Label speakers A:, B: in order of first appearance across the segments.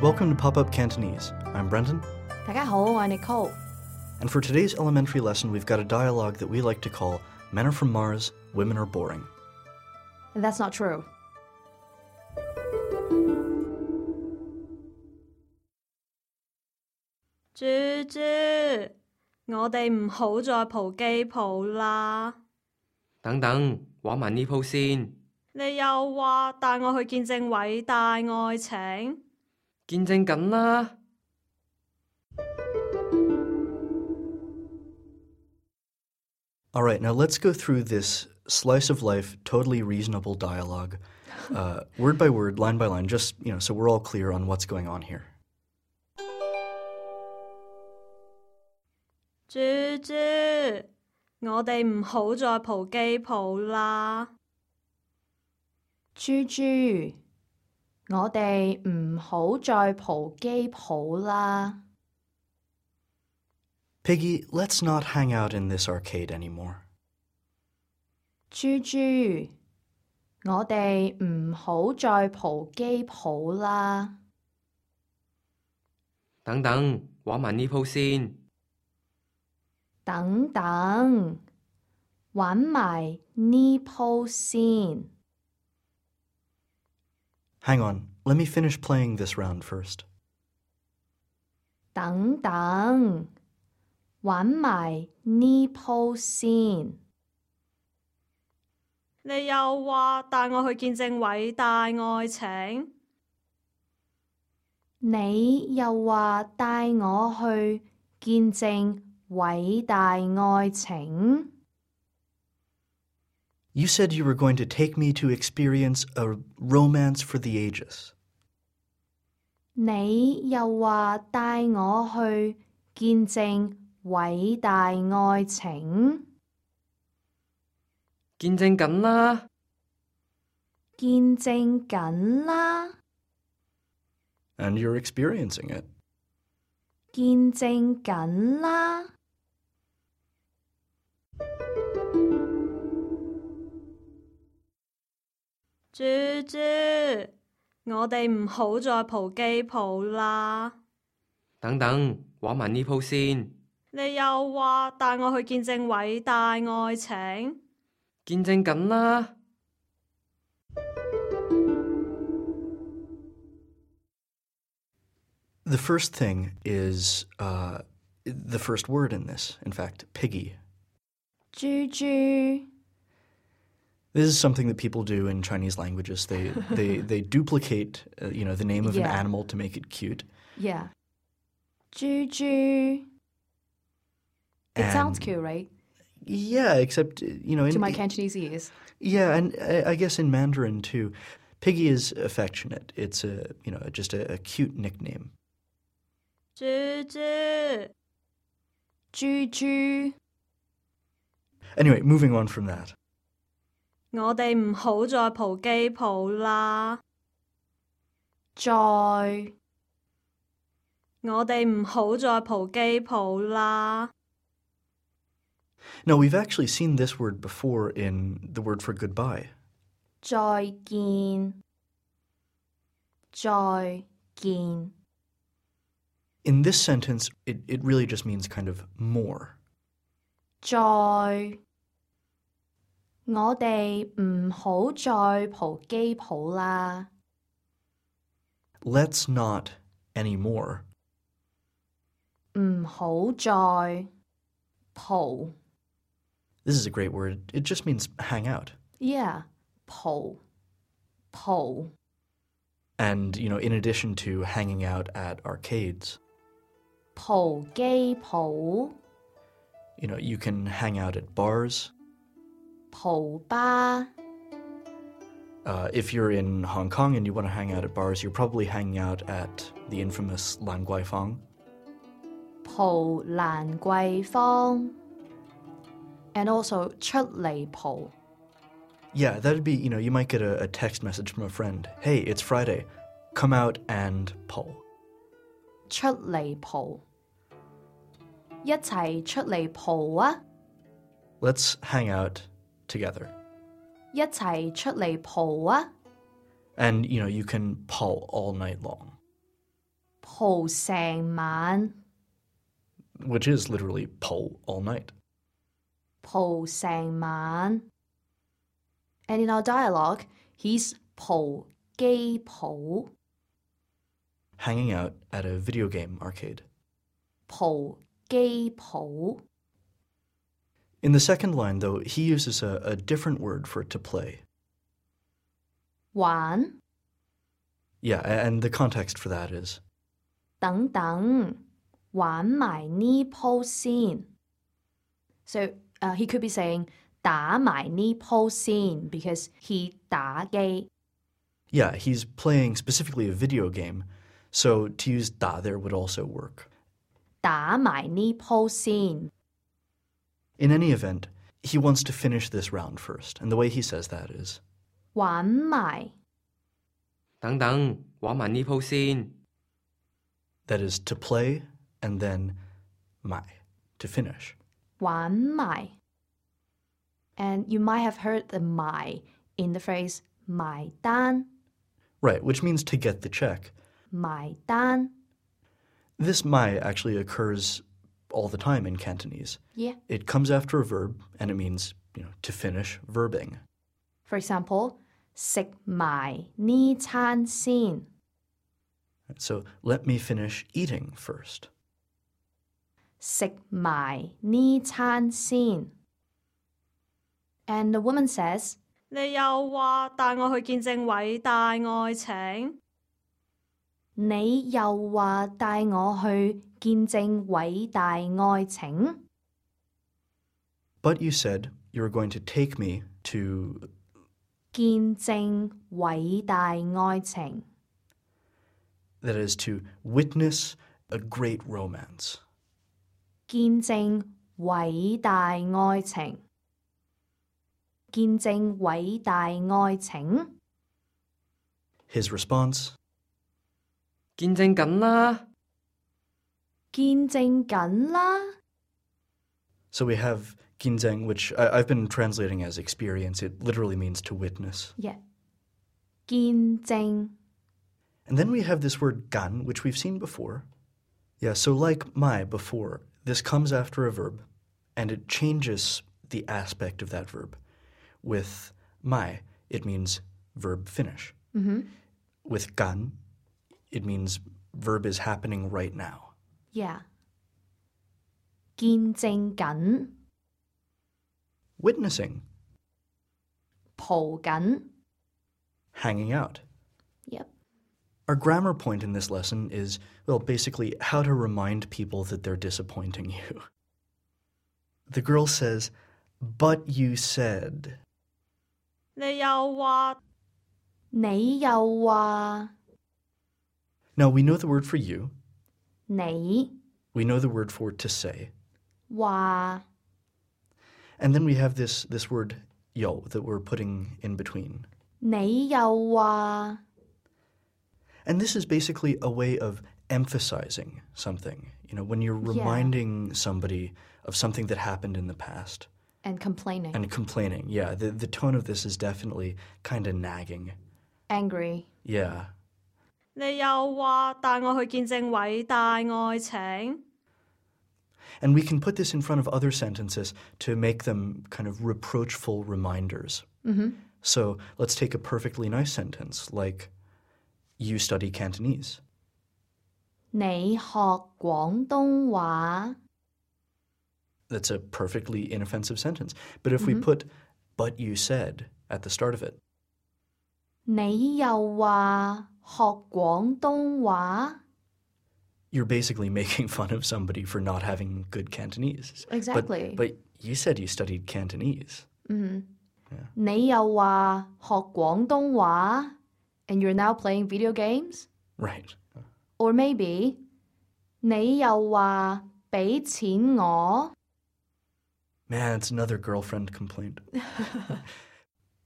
A: Welcome to Pop Up Cantonese. I'm Brendan,
B: 大家好，我係 Nicole。
A: and for today's elementary lesson, we've got a dialogue that we like to call Men Are From Mars, Women Are Boring.
B: That's not true.
C: 豬豬，我哋唔好再蒲機蒲啦。
D: 等等，玩埋呢鋪先。
C: 你又話帶我去見證偉大愛情，
D: 見證緊啦，
A: All right, now let's go through this slice of life, totally reasonable dialogue, uh, word by word, line by line, just you know, so we're all clear on what's going on here.
C: 豬豬，我哋唔好再蒲機蒲啦。
B: 豬豬，我哋唔好再蒲機蒲啦。
A: Piggy, let's not hang out in this arcade anymore.
B: 豬豬，我哋唔好再蒲機蒲啦。
D: 等等，玩埋呢鋪先。
B: 等等，玩埋呢鋪先。
A: Hang on, let me finish playing this round first.
B: 等等，玩埋呢鋪先。
C: 你又話帶我去見證偉大愛情，
B: 你又話帶我去見證偉大愛情，
A: You said you were going to take me to experience a romance for the ages.
B: 你又話帶我去見證偉大愛情，
D: 見證緊啦，
B: 見證緊啦，
A: And you're experiencing it.
B: 見證緊啦。
C: 豬豬，我哋唔好再蒲機蒲啦。
D: 等等，玩埋呢鋪先。
C: 你又話帶我去見證偉大愛情。
D: 見證緊啦，
A: The first thing is uh, the first word in this, in fact, piggy.
B: 豬豬，
A: This is something that people do in Chinese languages. They they, they duplicate uh, you know the name of an
B: Yeah.
A: animal to make it cute.
B: yeah，豬豬，it sounds cute, right?
A: Yeah, except uh, you know in
B: To my Cantonese ears.
A: yeah, and uh, I, I guess in Mandarin too, piggy is affectionate. It's a you know just a, a cute nickname.
C: 豬豬，
B: 豬豬，
A: Anyway, moving on from that.
C: 我哋唔好再蒲機蒲啦，
B: 再。
C: 我哋唔好再蒲機蒲啦。
A: Now we've actually seen this word before in the word for goodbye.
B: 再見，再見，
A: In this sentence, it, it really just means kind of more.
B: 再。我哋唔好再蒲機蒲啦，
A: Let's not anymore.
B: 唔好再蒲。
A: This is a great word. It just means hang out.
B: Yeah，蒲蒲
A: And, you know, in addition to hanging out at arcades,
B: 蒲機蒲，
A: you know, you can hang out at bars.
B: 蒲吧
A: Uh, if you're in Hong Kong and you want to hang out at bars, you're probably hanging out at the infamous Lan Guai Fang.
B: 蒲蘭桂坊，and also 出嚟蒲。
A: Yeah, that'd be, you know, you might get a, a text message from a friend. Hey, it's Friday. Come out and pull.
B: 出嚟蒲，一齊出嚟蒲啊！
A: Let's hang out together.
B: 一齊出嚟蒲啊！
A: And, you know, you can pull all night long.
B: 蒲成晚，
A: which is literally pole all night.
B: 蒲成晚。And in our dialogue, he's 蒲基蒲，
A: Hanging out at a video game arcade.
B: 蒲基蒲。
A: In the second line, though, he uses a, a different word for to play.
B: 玩
A: Yeah, a- and the context for that is
B: 等等，玩埋呢鋪先。So uh, he could be saying 打埋呢鋪先，because he 打機。
A: yeah, he's playing specifically a video game, so to use da there would also work.
B: 打埋呢鋪先。
A: In any event, he wants to finish this round first, and the way he says that is
B: 玩埋
D: 等等，玩埋呢鋪先。
A: that is to play and then mai to finish.
B: 玩埋。And you might have heard the 埋 in the phrase 埋單
A: Right, which means to get the check.
B: 埋單。
A: This mai actually occurs all the time in Cantonese.
B: Yeah.
A: It comes after a verb and it means, you know, to finish verbing.
B: For example，食埋呢餐先，
A: So let me finish eating first.
B: 食埋呢餐先。And the woman says，
C: 你又話帶我去見證偉大愛情，
B: 你又話帶我去見證偉大愛情。
A: But you said you were going to take me to.
B: 見證偉大愛情，
A: That is, to witness a great romance.
B: 見證偉大愛情，見證偉大愛情。
A: His response
D: 見證緊啦，
B: 見證緊啦，
A: So we have ginzeng, which I, I've been translating as experience. It literally means to witness.
B: 耶、見證
A: And then we have this word gan, which we've seen before. Yeah, so like my before, this comes after a verb and it changes the aspect of that verb. With my, it means verb finish.
C: Mm-hmm.
A: With gan, it means verb is happening right now.
B: 耶，見證緊
A: Witnessing,
B: 蒲緊
A: hanging out.
B: y
A: Our grammar point in this lesson is, well, basically how to remind people that they're disappointing you. The girl says, But you said.
C: 你又話
B: 你又話
A: Now we know the word for you,
B: 你
A: we know the word for to say,
B: 話
A: and then we have this, this word yo that we're putting in between.
B: 你又話。
A: And this is basically a way of emphasizing something. You know, when you're reminding somebody of something that happened in the past
B: and complaining,
A: and complaining. Yeah, the, the tone of this is definitely kind of nagging.
B: angry.
A: Yeah.
C: 你又話帶我去見證偉大愛情，
A: And we can put this in front of other sentences to make them kind of reproachful reminders. So let's take a perfectly nice sentence like, You study Cantonese.
B: 你學廣東話，
A: That's a perfectly inoffensive sentence. But if we put, But you said at the start of it,
B: 你又話學廣東話。
A: you're basically making fun of somebody for not having good Cantonese. But-
B: Exactly.
A: But, you said you studied Cantonese.
B: Mm-hmm. 你又話學廣東話，and you're now playing video games,
A: Right.
B: or maybe 你又話俾錢我
A: Man, it's another girlfriend complaint,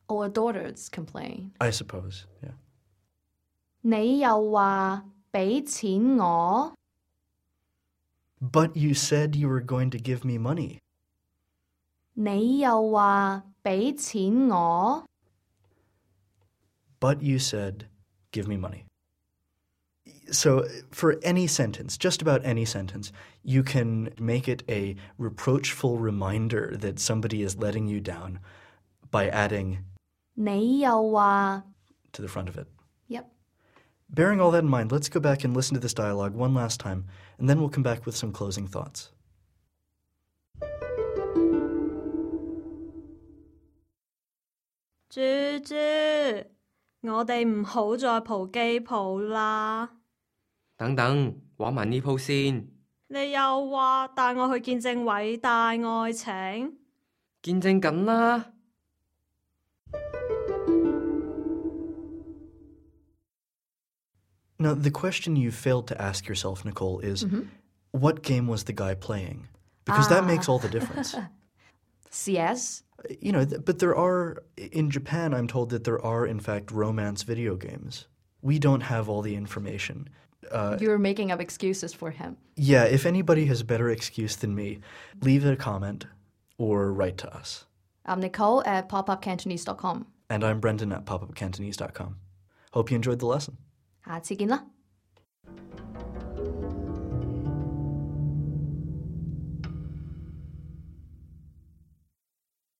B: ，or daughters complain。
A: I suppose. Yeah.
B: 你又話俾錢我，
A: But you said you were going to give me money.
B: 你又話俾錢我。
A: But you said, give me money. So, for any sentence, just about any sentence, you can make it a reproachful reminder that somebody is letting you down by adding
B: 你又話
A: to the front of it.
B: Yep.
A: Bearing all that in mind, let's go back and listen to this dialogue one last time, and then we'll come back with some closing thoughts.
C: 豬豬，我哋唔好再蒲機蒲啦。
D: 等等，玩埋呢鋪先。
C: 你又話帶我去見證偉大愛情，
D: 見證緊啦，
A: Now, the question you failed to ask yourself, Nicole, is what game was the guy playing? Because that makes all the difference.
B: CS
A: you know, th- but there are, in Japan, I'm told that there are, in fact, romance video games. We don't have all the information.
B: you're making up excuses for him
A: Yeah, if anybody has a better excuse than me, leave a comment or write to us.
B: I'm Nicole at popupcantonese.com
A: And I'm Brendan at popupcantonese.com. Hope you enjoyed the lesson.
B: 下次見啦